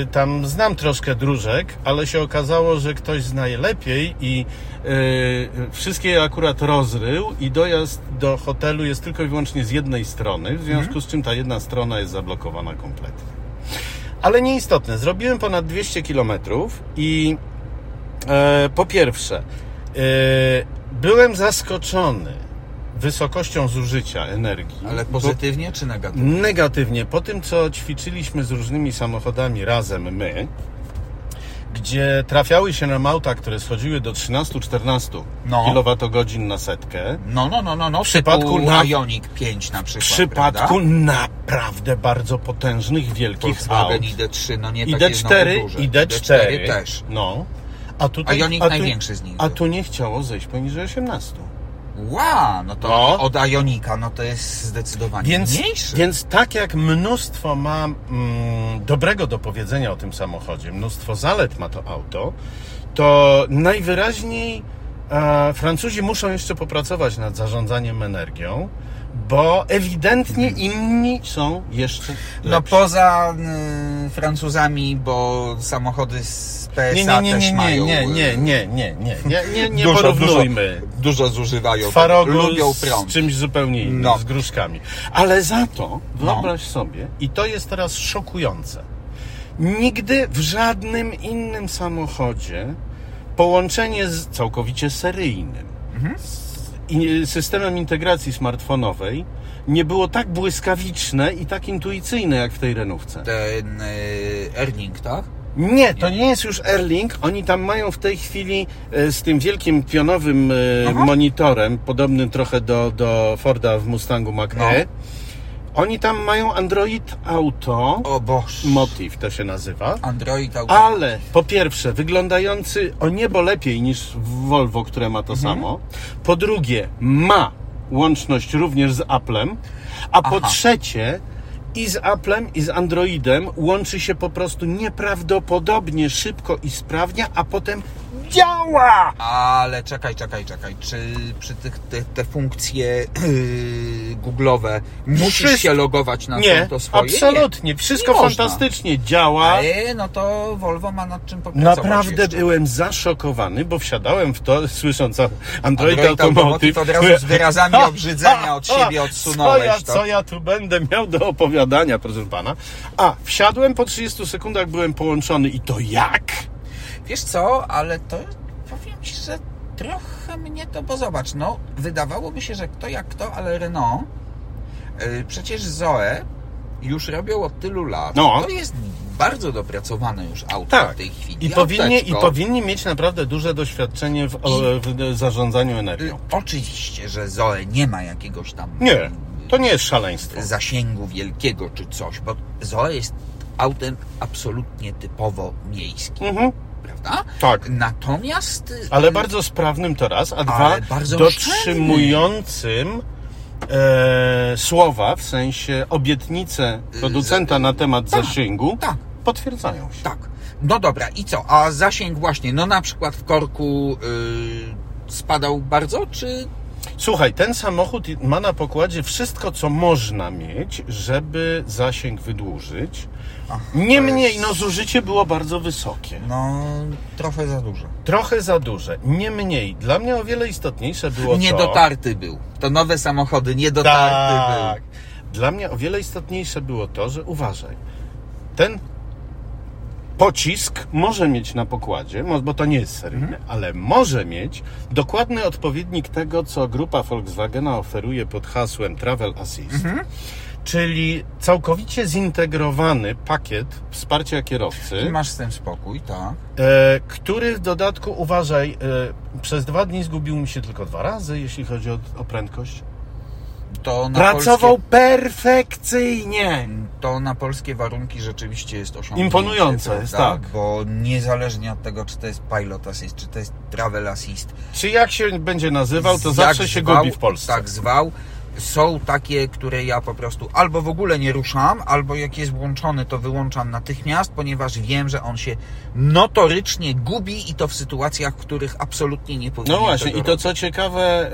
Speaker 2: y, tam znam troszkę dróżek, ale się okazało, że ktoś zna je lepiej i y, wszystkie je akurat rozrył i dojazd do hotelu jest tylko i wyłącznie z jednej strony, w związku z czym ta jedna strona jest zablokowana kompletnie. Ale nieistotne, zrobiłem ponad 200 km i E, po pierwsze, e, byłem zaskoczony wysokością zużycia energii.
Speaker 1: Ale
Speaker 2: Bo-
Speaker 1: pozytywnie czy negatywnie?
Speaker 2: Negatywnie, po tym co ćwiczyliśmy z różnymi samochodami razem my, gdzie trafiały się nam auta, które schodziły do 13-14
Speaker 1: No.
Speaker 2: kWh na setkę.
Speaker 1: No, no, no, no, no. W
Speaker 2: przypadku
Speaker 1: przypadku
Speaker 2: na-
Speaker 1: na... Ioniq 5 na
Speaker 2: W
Speaker 1: przykład.
Speaker 2: przypadku
Speaker 1: prawda?
Speaker 2: naprawdę bardzo potężnych, wielkich
Speaker 1: Volkswagen
Speaker 2: aut.
Speaker 1: ID3, no nie
Speaker 2: I
Speaker 1: takie znowu
Speaker 2: D4,
Speaker 1: duże.
Speaker 2: i D4
Speaker 1: też.
Speaker 2: No. A, tutaj,
Speaker 1: A Ioniq
Speaker 2: tu-
Speaker 1: największy z nich
Speaker 2: A
Speaker 1: był.
Speaker 2: tu nie chciało zejść poniżej 18.
Speaker 1: Wow, no to
Speaker 2: No.
Speaker 1: od Ionika, no to jest zdecydowanie
Speaker 2: Więc,
Speaker 1: mniejszy.
Speaker 2: więc tak jak mnóstwo ma mm, dobrego do powiedzenia o tym samochodzie, mnóstwo zalet ma to auto, to najwyraźniej e, Francuzi muszą jeszcze popracować nad zarządzaniem energią, bo ewidentnie inni są jeszcze
Speaker 1: No
Speaker 2: lepsi.
Speaker 1: poza y, Francuzami, bo samochody z PSA
Speaker 2: nie, nie, nie,
Speaker 1: też
Speaker 2: nie, nie,
Speaker 1: mają...
Speaker 2: nie,
Speaker 1: y,
Speaker 2: nie, nie, nie, nie, nie, nie, nie
Speaker 1: dużo,
Speaker 2: porównujmy.
Speaker 1: Dużo, dużo zużywają.
Speaker 2: Twarogu
Speaker 1: lubią
Speaker 2: z
Speaker 1: prąd.
Speaker 2: czymś zupełnie innym,
Speaker 1: No.
Speaker 2: z gruszkami. Ale za to wyobraź sobie, i to jest teraz szokujące, nigdy w żadnym innym samochodzie połączenie z całkowicie seryjnym
Speaker 1: Mhm.
Speaker 2: z i- systemem integracji smartfonowej nie było tak błyskawiczne i tak intuicyjne jak w tej renówce.
Speaker 1: Ten y, Erning, tak?
Speaker 2: Nie, to nie jest już Erling. Oni tam mają w tej chwili e, z tym wielkim pionowym e,
Speaker 1: Aha.
Speaker 2: monitorem, podobnym trochę do, do Forda w Mustangu
Speaker 1: No.
Speaker 2: Mach-E. Oni tam mają Android Auto,
Speaker 1: O Boż.
Speaker 2: Motiv to się nazywa.
Speaker 1: Android Auto.
Speaker 2: Ale po pierwsze, wyglądający o niebo lepiej niż w Volvo, które ma to
Speaker 1: Mhm.
Speaker 2: samo. Po drugie, ma łączność również z Applem. A po
Speaker 1: Aha.
Speaker 2: trzecie, i z Applem, i z Androidem łączy się po prostu nieprawdopodobnie szybko i sprawnie, a potem działa!
Speaker 1: Ale czekaj, czekaj, czekaj. Czy przy tych te, te funkcje yy, googlowe musisz
Speaker 2: Wszystko-
Speaker 1: się logować na
Speaker 2: Nie,
Speaker 1: konto swoje?
Speaker 2: absolutnie. Wszystko
Speaker 1: Nie można.
Speaker 2: fantastycznie działa.
Speaker 1: Ale no to Volvo ma nad czym popracować
Speaker 2: Naprawdę
Speaker 1: jeszcze.
Speaker 2: byłem zaszokowany, bo wsiadałem w to, słysząc o- Android,
Speaker 1: Android Automotive
Speaker 2: Automotive.
Speaker 1: od razu z wyrazami obrzydzenia od siebie
Speaker 2: co ja,
Speaker 1: odsunąłeś. To.
Speaker 2: co ja tu będę miał do opowiadania, proszę pana. A, wsiadłem, po 30 sekundach byłem połączony i to jak?
Speaker 1: Wiesz co, ale to powiem ci, że trochę mnie to, bo zobacz, no wydawałoby się, że kto jak kto, ale Renault, yy, przecież Zoe już robią od tylu lat.
Speaker 2: No. Tak.
Speaker 1: To jest bardzo dopracowane już auto w tej chwili.
Speaker 2: I powinni, I
Speaker 1: Auteczko.
Speaker 2: powinni mieć naprawdę duże doświadczenie w, o- w zarządzaniu
Speaker 1: Y,
Speaker 2: energią.
Speaker 1: Oczywiście, że Zoe nie ma jakiegoś tam y,
Speaker 2: Nie, to nie jest szaleństwo.
Speaker 1: zasięgu wielkiego czy coś, bo Zoe jest autem absolutnie typowo miejskim,
Speaker 2: Mhm,
Speaker 1: prawda?
Speaker 2: tak.
Speaker 1: Natomiast y,
Speaker 2: Ale bardzo sprawnym to raz, a dwa
Speaker 1: Ale bardzo
Speaker 2: dotrzymującym e, słowa, w sensie obietnice producenta na temat zasięgu,
Speaker 1: tak.
Speaker 2: potwierdzają się.
Speaker 1: tak. No dobra, i co? A zasięg właśnie, no na przykład w korku y, spadał bardzo, czy
Speaker 2: Słuchaj, ten samochód ma na pokładzie wszystko, co można mieć, żeby zasięg wydłużyć. Niemniej, no zużycie było bardzo wysokie.
Speaker 1: no trochę za dużo.
Speaker 2: Trochę za duże. Niemniej, dla mnie o wiele istotniejsze było to...
Speaker 1: Niedotarty był. To nowe samochody, niedotarty
Speaker 2: Tak.
Speaker 1: był.
Speaker 2: Dla mnie o wiele istotniejsze było to, że uważaj, ten pocisk może mieć na pokładzie, mo- bo to nie jest seryjne, ale może mieć dokładny odpowiednik tego, co grupa Volkswagena oferuje pod hasłem Travel Assist. Czyli całkowicie zintegrowany pakiet wsparcia kierowcy,
Speaker 1: I masz z tym spokój, tak.
Speaker 2: e, który w dodatku, uważaj, e, przez dwa dni zgubił mi się tylko dwa razy, jeśli chodzi o, o prędkość.
Speaker 1: To na
Speaker 2: Pracował
Speaker 1: polskie-
Speaker 2: perfekcyjnie.
Speaker 1: To na polskie warunki rzeczywiście jest osiągnięcie.
Speaker 2: Imponujące
Speaker 1: prawda?
Speaker 2: jest, tak.
Speaker 1: Bo niezależnie od tego, czy to jest pilot assist, czy to jest travel assist,
Speaker 2: Czy jak się będzie nazywał, to
Speaker 1: jak
Speaker 2: zawsze się
Speaker 1: zwał,
Speaker 2: gubi w Polsce.
Speaker 1: Tak zwał. Są takie, które ja po prostu albo w ogóle nie ruszam, albo jak jest włączony, to wyłączam natychmiast, ponieważ wiem, że on się notorycznie gubi i to w sytuacjach, w których absolutnie nie powinien
Speaker 2: No właśnie,
Speaker 1: tego
Speaker 2: i to
Speaker 1: robić.
Speaker 2: co ciekawe, y,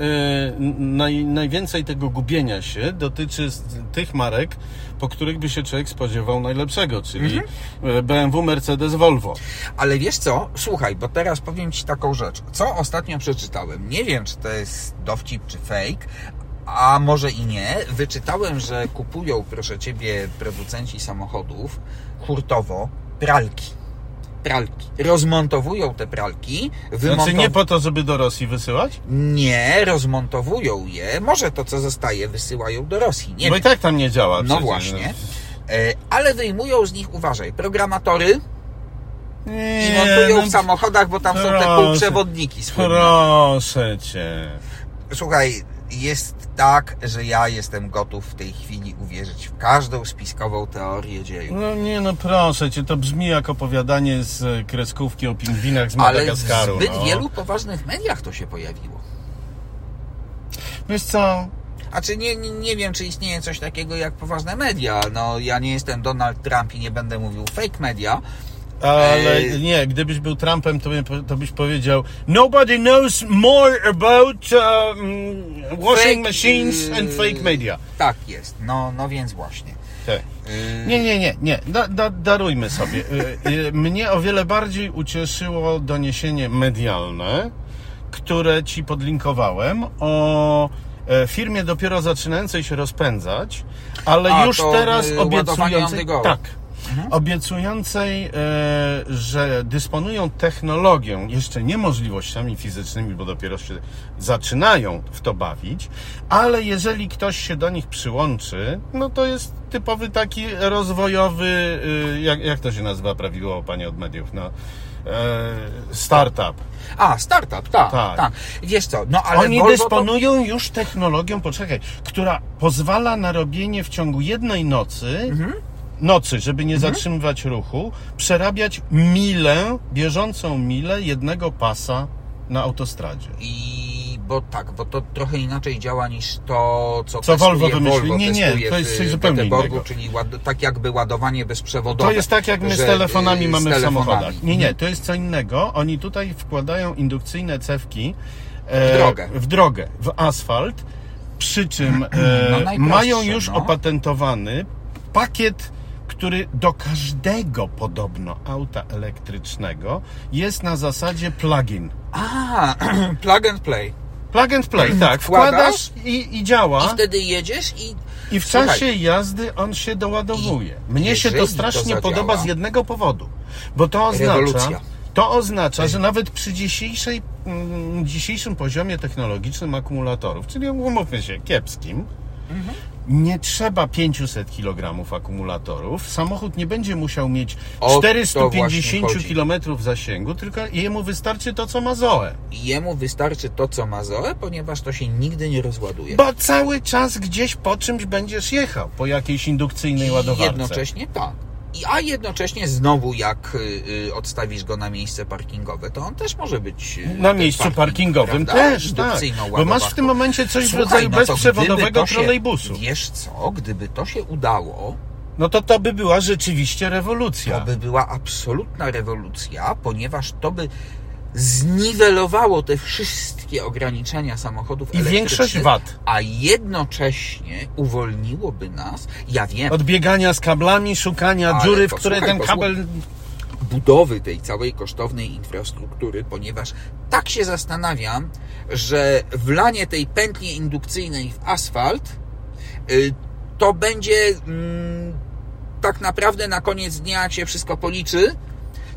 Speaker 2: naj, najwięcej tego gubienia się dotyczy z- tych marek, po których by się człowiek spodziewał najlepszego, czyli
Speaker 1: Mhm.
Speaker 2: y, BMW, Mercedes, Volvo. Znaczy,
Speaker 1: Ale wiesz co? Słuchaj, bo teraz powiem Ci taką rzecz. Co ostatnio przeczytałem? Nie wiem, czy to jest dowcip, czy fake, a może i nie. Wyczytałem, że kupują, proszę Ciebie, producenci samochodów hurtowo pralki. Pralki. Rozmontowują te pralki,
Speaker 2: Znaczy nie
Speaker 1: wymontowują.
Speaker 2: po to, żeby do Rosji wysyłać?
Speaker 1: Nie, rozmontowują je. Może to, co zostaje, wysyłają do Rosji. Nie
Speaker 2: Bo i
Speaker 1: wiem.
Speaker 2: tak tam nie działa.
Speaker 1: No
Speaker 2: przecież.
Speaker 1: właśnie. E, Ale wyjmują z nich, uważaj, programatory,
Speaker 2: Nie,
Speaker 1: I montują
Speaker 2: no,
Speaker 1: w samochodach, bo tam są te
Speaker 2: proszę.
Speaker 1: półprzewodniki słynne.
Speaker 2: Proszę cię.
Speaker 1: Słuchaj, jest tak, że ja jestem gotów w tej chwili uwierzyć w każdą spiskową teorię dziejów.
Speaker 2: No nie, no proszę cię, to brzmi jak opowiadanie z e, kreskówki o pingwinach z
Speaker 1: Ale w
Speaker 2: Madagaskaru.
Speaker 1: zbyt
Speaker 2: no.
Speaker 1: wielu poważnych mediach to się pojawiło.
Speaker 2: Wiesz co,
Speaker 1: A czy nie, nie, nie wiem, czy istnieje coś takiego jak poważne media. No, ja nie jestem Donald Trump i nie będę mówił fake media.
Speaker 2: ale
Speaker 1: Ej.
Speaker 2: nie, gdybyś był Trumpem, to, by, to byś powiedział Nobody knows more about um, washing
Speaker 1: Fake,
Speaker 2: machines
Speaker 1: yy,
Speaker 2: and fake media.
Speaker 1: Tak jest, no, no więc właśnie.
Speaker 2: Tak.
Speaker 1: Yy,
Speaker 2: Nie, nie, nie, nie. Da, da, darujmy sobie. Y, y, Mnie o wiele bardziej ucieszyło doniesienie medialne, które ci podlinkowałem o e, firmie dopiero zaczynającej się rozpędzać, ale
Speaker 1: A,
Speaker 2: już
Speaker 1: to,
Speaker 2: teraz
Speaker 1: y, ładowanie Mhm. on the
Speaker 2: obiecującej.
Speaker 1: go.
Speaker 2: Tak. Obiecującej, e, że dysponują technologią, jeszcze nie możliwościami fizycznymi, bo dopiero się zaczynają w to bawić, ale jeżeli ktoś się do nich przyłączy, no to jest typowy taki rozwojowy, y, jak, jak to się nazywa prawidłowo, panie od mediów, no, e, startup.
Speaker 1: A, startup, tak,
Speaker 2: Tak.
Speaker 1: tak. Wiesz co, no ale
Speaker 2: Oni
Speaker 1: Volvo to...
Speaker 2: dysponują już technologią, poczekaj, która pozwala na robienie w ciągu jednej nocy,
Speaker 1: Mhm.
Speaker 2: nocy, żeby nie zatrzymywać ruchu, przerabiać milę, bieżącą milę jednego pasa na autostradzie.
Speaker 1: I bo tak, bo to trochę inaczej działa niż to, co,
Speaker 2: Co
Speaker 1: testuje
Speaker 2: Volvo wymyśli. Nie, nie,
Speaker 1: testuje
Speaker 2: to jest
Speaker 1: w
Speaker 2: coś zupełnie
Speaker 1: Göteborgu,
Speaker 2: innego.
Speaker 1: Czyli ład, tak jakby ładowanie bezprzewodowe.
Speaker 2: To jest tak, jak my z
Speaker 1: że,
Speaker 2: telefonami
Speaker 1: y,
Speaker 2: mamy
Speaker 1: z telefonami.
Speaker 2: w samochodach. Nie, nie, to jest co innego. Oni tutaj wkładają indukcyjne cewki e,
Speaker 1: W drogę.
Speaker 2: w drogę, w asfalt, przy czym e,
Speaker 1: No, najprostsze,
Speaker 2: mają już
Speaker 1: no.
Speaker 2: opatentowany pakiet, który do każdego podobno auta elektrycznego jest na zasadzie plug-in.
Speaker 1: A, plug and play.
Speaker 2: Plug and play, tak.
Speaker 1: Wkładasz?
Speaker 2: Wkładasz i, i działa.
Speaker 1: I wtedy jedziesz i...
Speaker 2: I w
Speaker 1: Słuchaj.
Speaker 2: czasie jazdy on się doładowuje. Mnie się to
Speaker 1: jeżeli to
Speaker 2: strasznie
Speaker 1: zadziała-
Speaker 2: podoba z jednego powodu, bo to oznacza,
Speaker 1: Rewolucja.
Speaker 2: to oznacza, że nawet przy dzisiejszej, mm, dzisiejszym poziomie technologicznym akumulatorów, czyli umówmy się, kiepskim,
Speaker 1: Mhm.
Speaker 2: nie trzeba 500 kg akumulatorów. Samochód nie będzie musiał mieć
Speaker 1: O to
Speaker 2: 450
Speaker 1: właśnie chodzi.
Speaker 2: km zasięgu, tylko jemu wystarczy to, co ma Zoe.
Speaker 1: Jemu wystarczy to, co ma Zoe, ponieważ to się nigdy nie rozładuje.
Speaker 2: Bo cały czas gdzieś po czymś będziesz jechał, po jakiejś indukcyjnej
Speaker 1: I
Speaker 2: ładowarce.
Speaker 1: jednocześnie tak. I, a jednocześnie znowu jak y, y, odstawisz go na miejsce parkingowe, to on też może być... y,
Speaker 2: Na
Speaker 1: ten
Speaker 2: miejscu
Speaker 1: parking,
Speaker 2: parkingowym
Speaker 1: prawda?
Speaker 2: też, tak.
Speaker 1: Indukcyjną
Speaker 2: Bo masz w
Speaker 1: ładowarką.
Speaker 2: tym momencie coś w
Speaker 1: Słuchaj,
Speaker 2: rodzaju
Speaker 1: no to gdyby
Speaker 2: bezprzewodowego
Speaker 1: to się-
Speaker 2: trolejbusu.
Speaker 1: Wiesz co, gdyby to się udało,
Speaker 2: No to to by była rzeczywiście
Speaker 1: to
Speaker 2: rewolucja.
Speaker 1: by była absolutna rewolucja, ponieważ to by zniwelowało te wszystkie ograniczenia samochodów
Speaker 2: I
Speaker 1: elektrycznych,
Speaker 2: większość wad.
Speaker 1: a jednocześnie uwolniłoby nas, ja wiem,
Speaker 2: Od biegania z kablami, szukania
Speaker 1: Ale
Speaker 2: dziury, w
Speaker 1: posłuchaj,
Speaker 2: której ten
Speaker 1: posłuchaj.
Speaker 2: kabel...
Speaker 1: budowy tej całej kosztownej infrastruktury, ponieważ tak się zastanawiam, że wlanie tej pętli indukcyjnej w asfalt y, to będzie mm, tak naprawdę na koniec dnia, jak się wszystko policzy,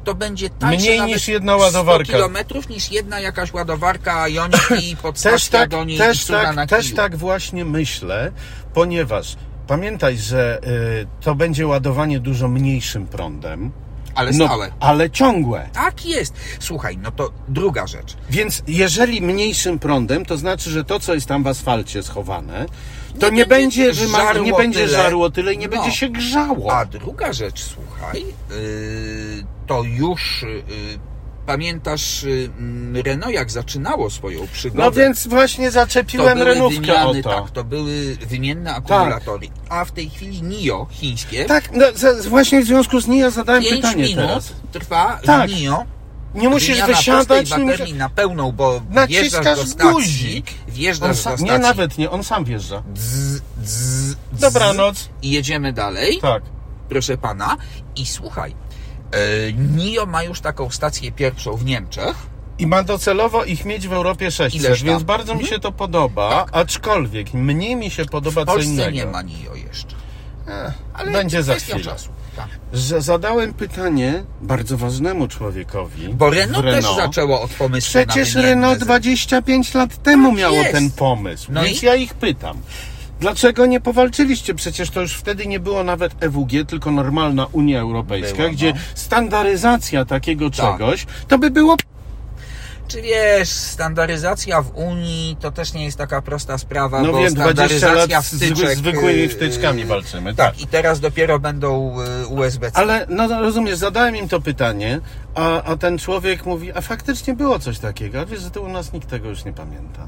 Speaker 1: to będzie tańsze
Speaker 2: Mniej
Speaker 1: nawet
Speaker 2: niż jedna ładowarka.
Speaker 1: 100 kilometrów niż jedna jakaś ładowarka Ioniki,
Speaker 2: Też
Speaker 1: podstawka
Speaker 2: tak,
Speaker 1: do niej i
Speaker 2: też
Speaker 1: cuda na
Speaker 2: tak, też
Speaker 1: kiju.
Speaker 2: tak właśnie myślę, ponieważ pamiętaj, że y, to będzie ładowanie dużo mniejszym prądem.
Speaker 1: Ale
Speaker 2: No,
Speaker 1: stałe.
Speaker 2: ale ciągłe.
Speaker 1: Tak jest. Słuchaj, no to druga rzecz.
Speaker 2: Więc jeżeli mniejszym prądem, to znaczy, że to, co jest tam w asfalcie schowane, to nie,
Speaker 1: Nie będzie
Speaker 2: będzie, wyma- nie
Speaker 1: żarło
Speaker 2: będzie
Speaker 1: tyle.
Speaker 2: żarło tyle i nie
Speaker 1: No.
Speaker 2: będzie się grzało.
Speaker 1: A druga rzecz, słuchaj, yy, to już yy, pamiętasz yy, mm, Renault jak zaczynało swoją przygodę.
Speaker 2: no więc właśnie
Speaker 1: to
Speaker 2: zaczepiłem
Speaker 1: były
Speaker 2: renówkę o
Speaker 1: wymiany,
Speaker 2: to.
Speaker 1: tak,
Speaker 2: Tak,
Speaker 1: to były wymienne akumulatory. A w tej chwili NIO chińskie.
Speaker 2: no, za, właśnie w związku z nim ja zadałem
Speaker 1: 5
Speaker 2: pytanie
Speaker 1: minut
Speaker 2: teraz.
Speaker 1: trwa
Speaker 2: Tak.
Speaker 1: w NIO.
Speaker 2: Nie musisz
Speaker 1: wymiana
Speaker 2: wysiadać,
Speaker 1: prostej
Speaker 2: nie
Speaker 1: baterii
Speaker 2: musisz...
Speaker 1: na pełną, bo
Speaker 2: Naciskasz
Speaker 1: wjeżdżasz do stacji.
Speaker 2: guzik.
Speaker 1: Wjeżdżasz
Speaker 2: On
Speaker 1: do
Speaker 2: sam,
Speaker 1: stacji.
Speaker 2: nie, nawet nie, on sam wjeżdża.
Speaker 1: Dz, dz, dz,
Speaker 2: Dobranoc.
Speaker 1: I jedziemy dalej.
Speaker 2: Tak.
Speaker 1: proszę pana. I słuchaj, e, NIO ma już taką stację pierwszą w Niemczech.
Speaker 2: I ma docelowo ich mieć w Europie 600,
Speaker 1: Ileż tam? Mhm.
Speaker 2: więc bardzo mi się to podoba, aczkolwiek mniej mi się podoba
Speaker 1: W
Speaker 2: co
Speaker 1: Polsce
Speaker 2: innego.
Speaker 1: nie ma NIO jeszcze.
Speaker 2: Ech,
Speaker 1: Ale
Speaker 2: Będzie za
Speaker 1: kwestia
Speaker 2: chwilę.
Speaker 1: czasu. Tak.
Speaker 2: że zadałem pytanie bardzo ważnemu człowiekowi.
Speaker 1: Bo Renault,
Speaker 2: w Renault.
Speaker 1: też zaczęło od pomysłu
Speaker 2: Przecież
Speaker 1: na wymienne
Speaker 2: Renault
Speaker 1: ze-
Speaker 2: 25 lat temu miało
Speaker 1: jest.
Speaker 2: ten pomysł,
Speaker 1: No
Speaker 2: więc
Speaker 1: i?
Speaker 2: ja ich pytam. Dlaczego nie powalczyliście? Przecież to już wtedy nie było nawet EWG, tylko normalna Unia Europejska,
Speaker 1: Było, no.
Speaker 2: gdzie standaryzacja takiego
Speaker 1: Tak.
Speaker 2: czegoś, to by było
Speaker 1: Czy wiesz, standaryzacja w Unii to też nie jest taka prosta sprawa,
Speaker 2: No
Speaker 1: bo
Speaker 2: wiem, 20 lat
Speaker 1: standaryzacja
Speaker 2: z
Speaker 1: wtyczek,
Speaker 2: zwy- zwykłymi
Speaker 1: yy,
Speaker 2: wtyczkami walczymy. Tak.
Speaker 1: Tak, i teraz dopiero będą y, USB-C.
Speaker 2: Ale no no, rozumiesz, zadałem im to pytanie, a, a ten człowiek mówi, a faktycznie było coś takiego, a wiesz, że to u nas nikt tego już nie pamięta.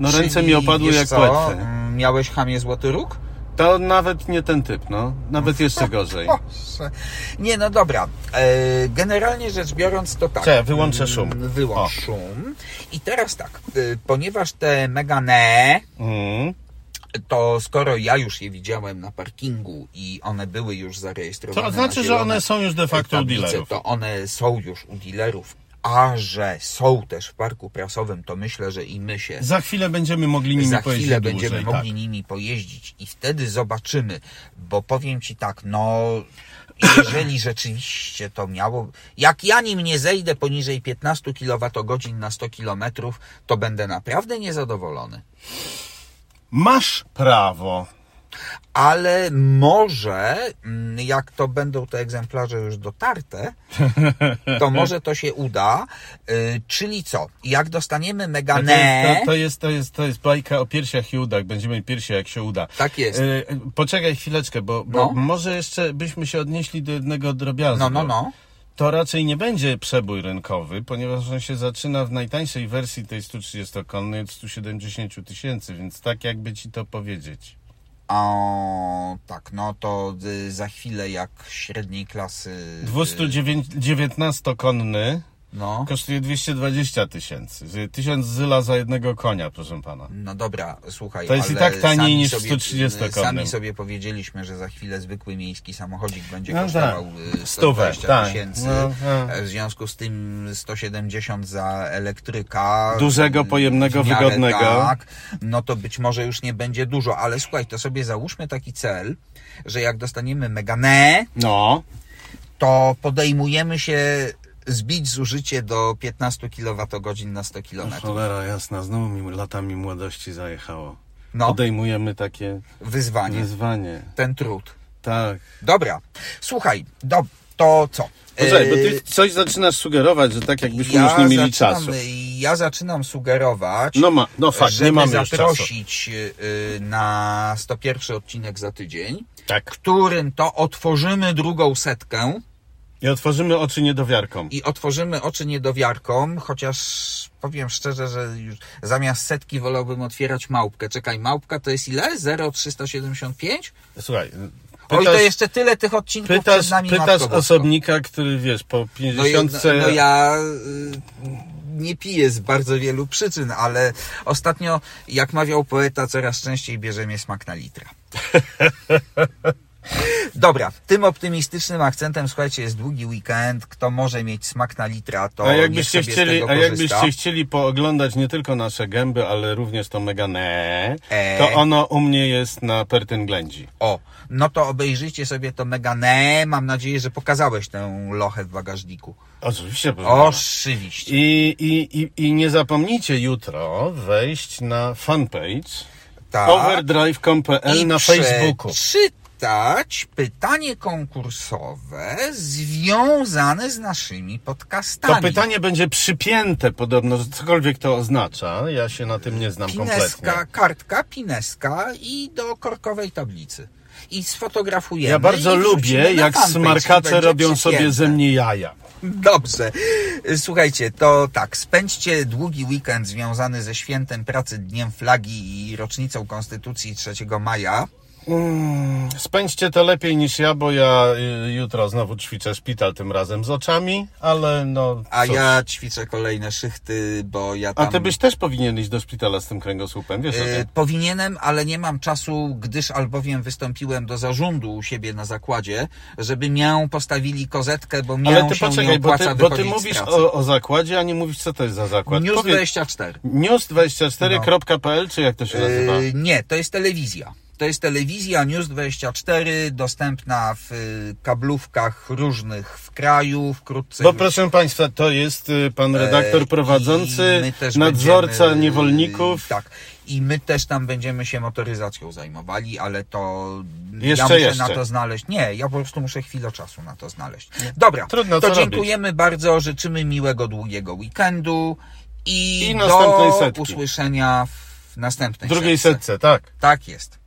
Speaker 2: No ręce
Speaker 1: Czyli,
Speaker 2: mi opadły
Speaker 1: wiesz
Speaker 2: jak
Speaker 1: co,
Speaker 2: płetwy.
Speaker 1: mm, Miałeś hamie złoty róg?
Speaker 2: To nawet nie ten typ, no. Nawet jeszcze gorzej.
Speaker 1: Boże. Nie, no dobra. E, Generalnie rzecz biorąc, to tak.
Speaker 2: Cze, wyłączę szum.
Speaker 1: Mm, Wyłącz
Speaker 2: O.
Speaker 1: szum. I teraz tak, y, ponieważ te Megane,
Speaker 2: Mm.
Speaker 1: to skoro ja już je widziałem na parkingu i one były już zarejestrowane.
Speaker 2: To
Speaker 1: na
Speaker 2: znaczy, że
Speaker 1: zielone
Speaker 2: one są już de facto u
Speaker 1: tablice,
Speaker 2: dealerów.
Speaker 1: To one są już u dealerów. A że są też w parku prasowym, to myślę, że i my się
Speaker 2: Za chwilę będziemy mogli nimi
Speaker 1: za
Speaker 2: pojeździć
Speaker 1: chwilę
Speaker 2: dłużej,
Speaker 1: będziemy
Speaker 2: tak.
Speaker 1: mogli nimi pojeździć i wtedy zobaczymy, bo powiem Ci tak, no jeżeli rzeczywiście to miało, jak ja nim nie zejdę poniżej 15 kWh na 100 km, to będę naprawdę niezadowolony.
Speaker 2: Masz prawo.
Speaker 1: Ale może, mm, jak to będą te egzemplarze już dotarte, to może to się uda. Y, Czyli co? Jak dostaniemy
Speaker 2: To jest,
Speaker 1: Meganę,
Speaker 2: Tak, to, to, jest, to, jest, to jest bajka o piersiach i udach. Będziemy piersi, jak się uda.
Speaker 1: Tak jest.
Speaker 2: E, poczekaj chwileczkę, bo, bo
Speaker 1: No.
Speaker 2: może jeszcze byśmy się odnieśli do jednego drobiazgu.
Speaker 1: no, no, no,
Speaker 2: To raczej nie będzie przebój rynkowy, ponieważ on się zaczyna w najtańszej wersji tej 130-konnej od 170 000 tysięcy, więc tak jakby ci to powiedzieć.
Speaker 1: O, tak, no to y, za chwilę jak średniej klasy. y,
Speaker 2: 219-konny
Speaker 1: No,
Speaker 2: kosztuje 220 000 tysięcy. 1000 zyla za jednego konia, proszę pana.
Speaker 1: no dobra, słuchaj.
Speaker 2: To jest i
Speaker 1: ale
Speaker 2: tak taniej
Speaker 1: sami
Speaker 2: niż w
Speaker 1: sobie-
Speaker 2: 130
Speaker 1: y, Sami
Speaker 2: konnym.
Speaker 1: sobie powiedzieliśmy, że za chwilę zwykły miejski samochodzik będzie
Speaker 2: No
Speaker 1: kosztował y, 120
Speaker 2: tak.
Speaker 1: tysięcy.
Speaker 2: No, tak.
Speaker 1: E, W związku z tym 170 za elektryka.
Speaker 2: Dużego,
Speaker 1: y,
Speaker 2: pojemnego,
Speaker 1: w miarę
Speaker 2: wygodnego.
Speaker 1: Tak, no to być może już nie będzie dużo, ale słuchaj, to sobie załóżmy taki cel, że jak dostaniemy Meganę,
Speaker 2: No,
Speaker 1: to podejmujemy się zbić zużycie do 15 kWh na 100 km.
Speaker 2: cholera jasna, znowu mi latami młodości zajechało.
Speaker 1: No,
Speaker 2: Podejmujemy takie
Speaker 1: wyzwanie,
Speaker 2: Mhm. wyzwanie.
Speaker 1: ten trud.
Speaker 2: Tak.
Speaker 1: Dobra, słuchaj, do, to co?
Speaker 2: Poczekaj, bo
Speaker 1: Yy,
Speaker 2: ty coś zaczynasz sugerować, że tak jakbyśmy
Speaker 1: ja
Speaker 2: już nie mieli
Speaker 1: zaczynam,
Speaker 2: czasu.
Speaker 1: Ja zaczynam sugerować,
Speaker 2: No, ma, no fakt,
Speaker 1: żeby
Speaker 2: nie mamy już czasu.
Speaker 1: zaprosić yy, na 101 odcinek za tydzień,
Speaker 2: Tak.
Speaker 1: którym to otworzymy drugą setkę
Speaker 2: I otworzymy oczy niedowiarkom.
Speaker 1: i otworzymy oczy niedowiarkom, chociaż powiem szczerze, że już zamiast setki wolałbym otwierać małpkę. Czekaj, małpka to jest ile? 0,375?
Speaker 2: Słuchaj,
Speaker 1: Oj, to
Speaker 2: pytasz,
Speaker 1: jeszcze tyle tych odcinków
Speaker 2: pytasz,
Speaker 1: przed nami,
Speaker 2: pytasz
Speaker 1: Matko Bosko.
Speaker 2: osobnika, który wiesz, po
Speaker 1: No, i-
Speaker 2: 50.
Speaker 1: no ja y, nie piję z bardzo wielu przyczyn, ale ostatnio, jak mawiał poeta, coraz częściej bierze mnie smak na litra. Dobra, tym optymistycznym akcentem, słuchajcie, jest długi weekend. Kto może mieć smak na litra, to
Speaker 2: A
Speaker 1: niech
Speaker 2: jakbyście,
Speaker 1: sobie z
Speaker 2: chcieli,
Speaker 1: tego
Speaker 2: a
Speaker 1: korzysta.
Speaker 2: jakbyście chcieli pooglądać nie tylko nasze gęby, ale również to Meganę,
Speaker 1: E.
Speaker 2: to ono u mnie jest na Pertynględzi.
Speaker 1: O, no to obejrzyjcie sobie to Meganę. Mam nadzieję, że pokazałeś tę lochę w bagażniku.
Speaker 2: Oczywiście, proszę pana.
Speaker 1: Oczywiście.
Speaker 2: I, i, i, I nie zapomnijcie jutro wejść na fanpage
Speaker 1: Tak.
Speaker 2: overdrive.pl
Speaker 1: I
Speaker 2: na Facebooku.
Speaker 1: Przeczytać pytanie konkursowe związane z naszymi podcastami.
Speaker 2: To pytanie będzie przypięte podobno, że cokolwiek to oznacza. Ja się na tym nie znam kompletnie.
Speaker 1: Pineska, kartka, pineska i do korkowej tablicy. I sfotografujemy.
Speaker 2: Ja bardzo
Speaker 1: i wrzucimy
Speaker 2: lubię,
Speaker 1: na
Speaker 2: jak
Speaker 1: fanpage i
Speaker 2: smarkacze
Speaker 1: będzie
Speaker 2: robią sobie
Speaker 1: przypięte.
Speaker 2: ze mnie jaja.
Speaker 1: Dobrze. Słuchajcie, to tak, spędźcie długi weekend związany ze świętem pracy, dniem flagi i rocznicą Konstytucji 3 maja.
Speaker 2: Mm, Spędźcie to lepiej niż ja, bo ja y, jutro znowu ćwiczę szpital, tym razem z oczami, ale no.
Speaker 1: A
Speaker 2: cóż.
Speaker 1: ja ćwiczę kolejne szychty, bo ja tam...
Speaker 2: A ty byś też powinien iść do szpitala z tym kręgosłupem, wiesz? o
Speaker 1: E,
Speaker 2: tym?
Speaker 1: Powinienem, ale nie mam czasu, gdyż albowiem wystąpiłem do zarządu u siebie na zakładzie, żeby mię postawili kozetkę, bo mię
Speaker 2: Ale ty
Speaker 1: się nie
Speaker 2: poczekaj, bo
Speaker 1: opłaca
Speaker 2: ty, bo ty
Speaker 1: wychodzić z
Speaker 2: mówisz
Speaker 1: pracy.
Speaker 2: o, o zakładzie, a nie mówisz, co to jest za zakład.
Speaker 1: News
Speaker 2: Powiedz-
Speaker 1: 24. Yy,
Speaker 2: News24.pl, czy jak to się nazywa?
Speaker 1: E, nie, to jest telewizja. To jest telewizja News24, dostępna w y, kablówkach różnych w kraju, wkrótce
Speaker 2: Bo
Speaker 1: już
Speaker 2: proszę Państwa, to jest y, pan redaktor
Speaker 1: Yy, I
Speaker 2: prowadzący,
Speaker 1: E, my też
Speaker 2: nadzorca
Speaker 1: będziemy, e,
Speaker 2: niewolników.
Speaker 1: Tak. I my też tam będziemy się motoryzacją zajmowali, ale to
Speaker 2: Jeszcze,
Speaker 1: ja muszę
Speaker 2: jeszcze.
Speaker 1: na to znaleźć. Nie, ja po prostu muszę chwilę czasu na to znaleźć. Dobra,
Speaker 2: Trudno,
Speaker 1: to
Speaker 2: co
Speaker 1: dziękujemy bardzo, życzymy miłego, długiego weekendu i,
Speaker 2: I
Speaker 1: do
Speaker 2: następnej setki.
Speaker 1: usłyszenia w następnej
Speaker 2: W drugiej
Speaker 1: setce.
Speaker 2: setce, tak.
Speaker 1: Tak jest.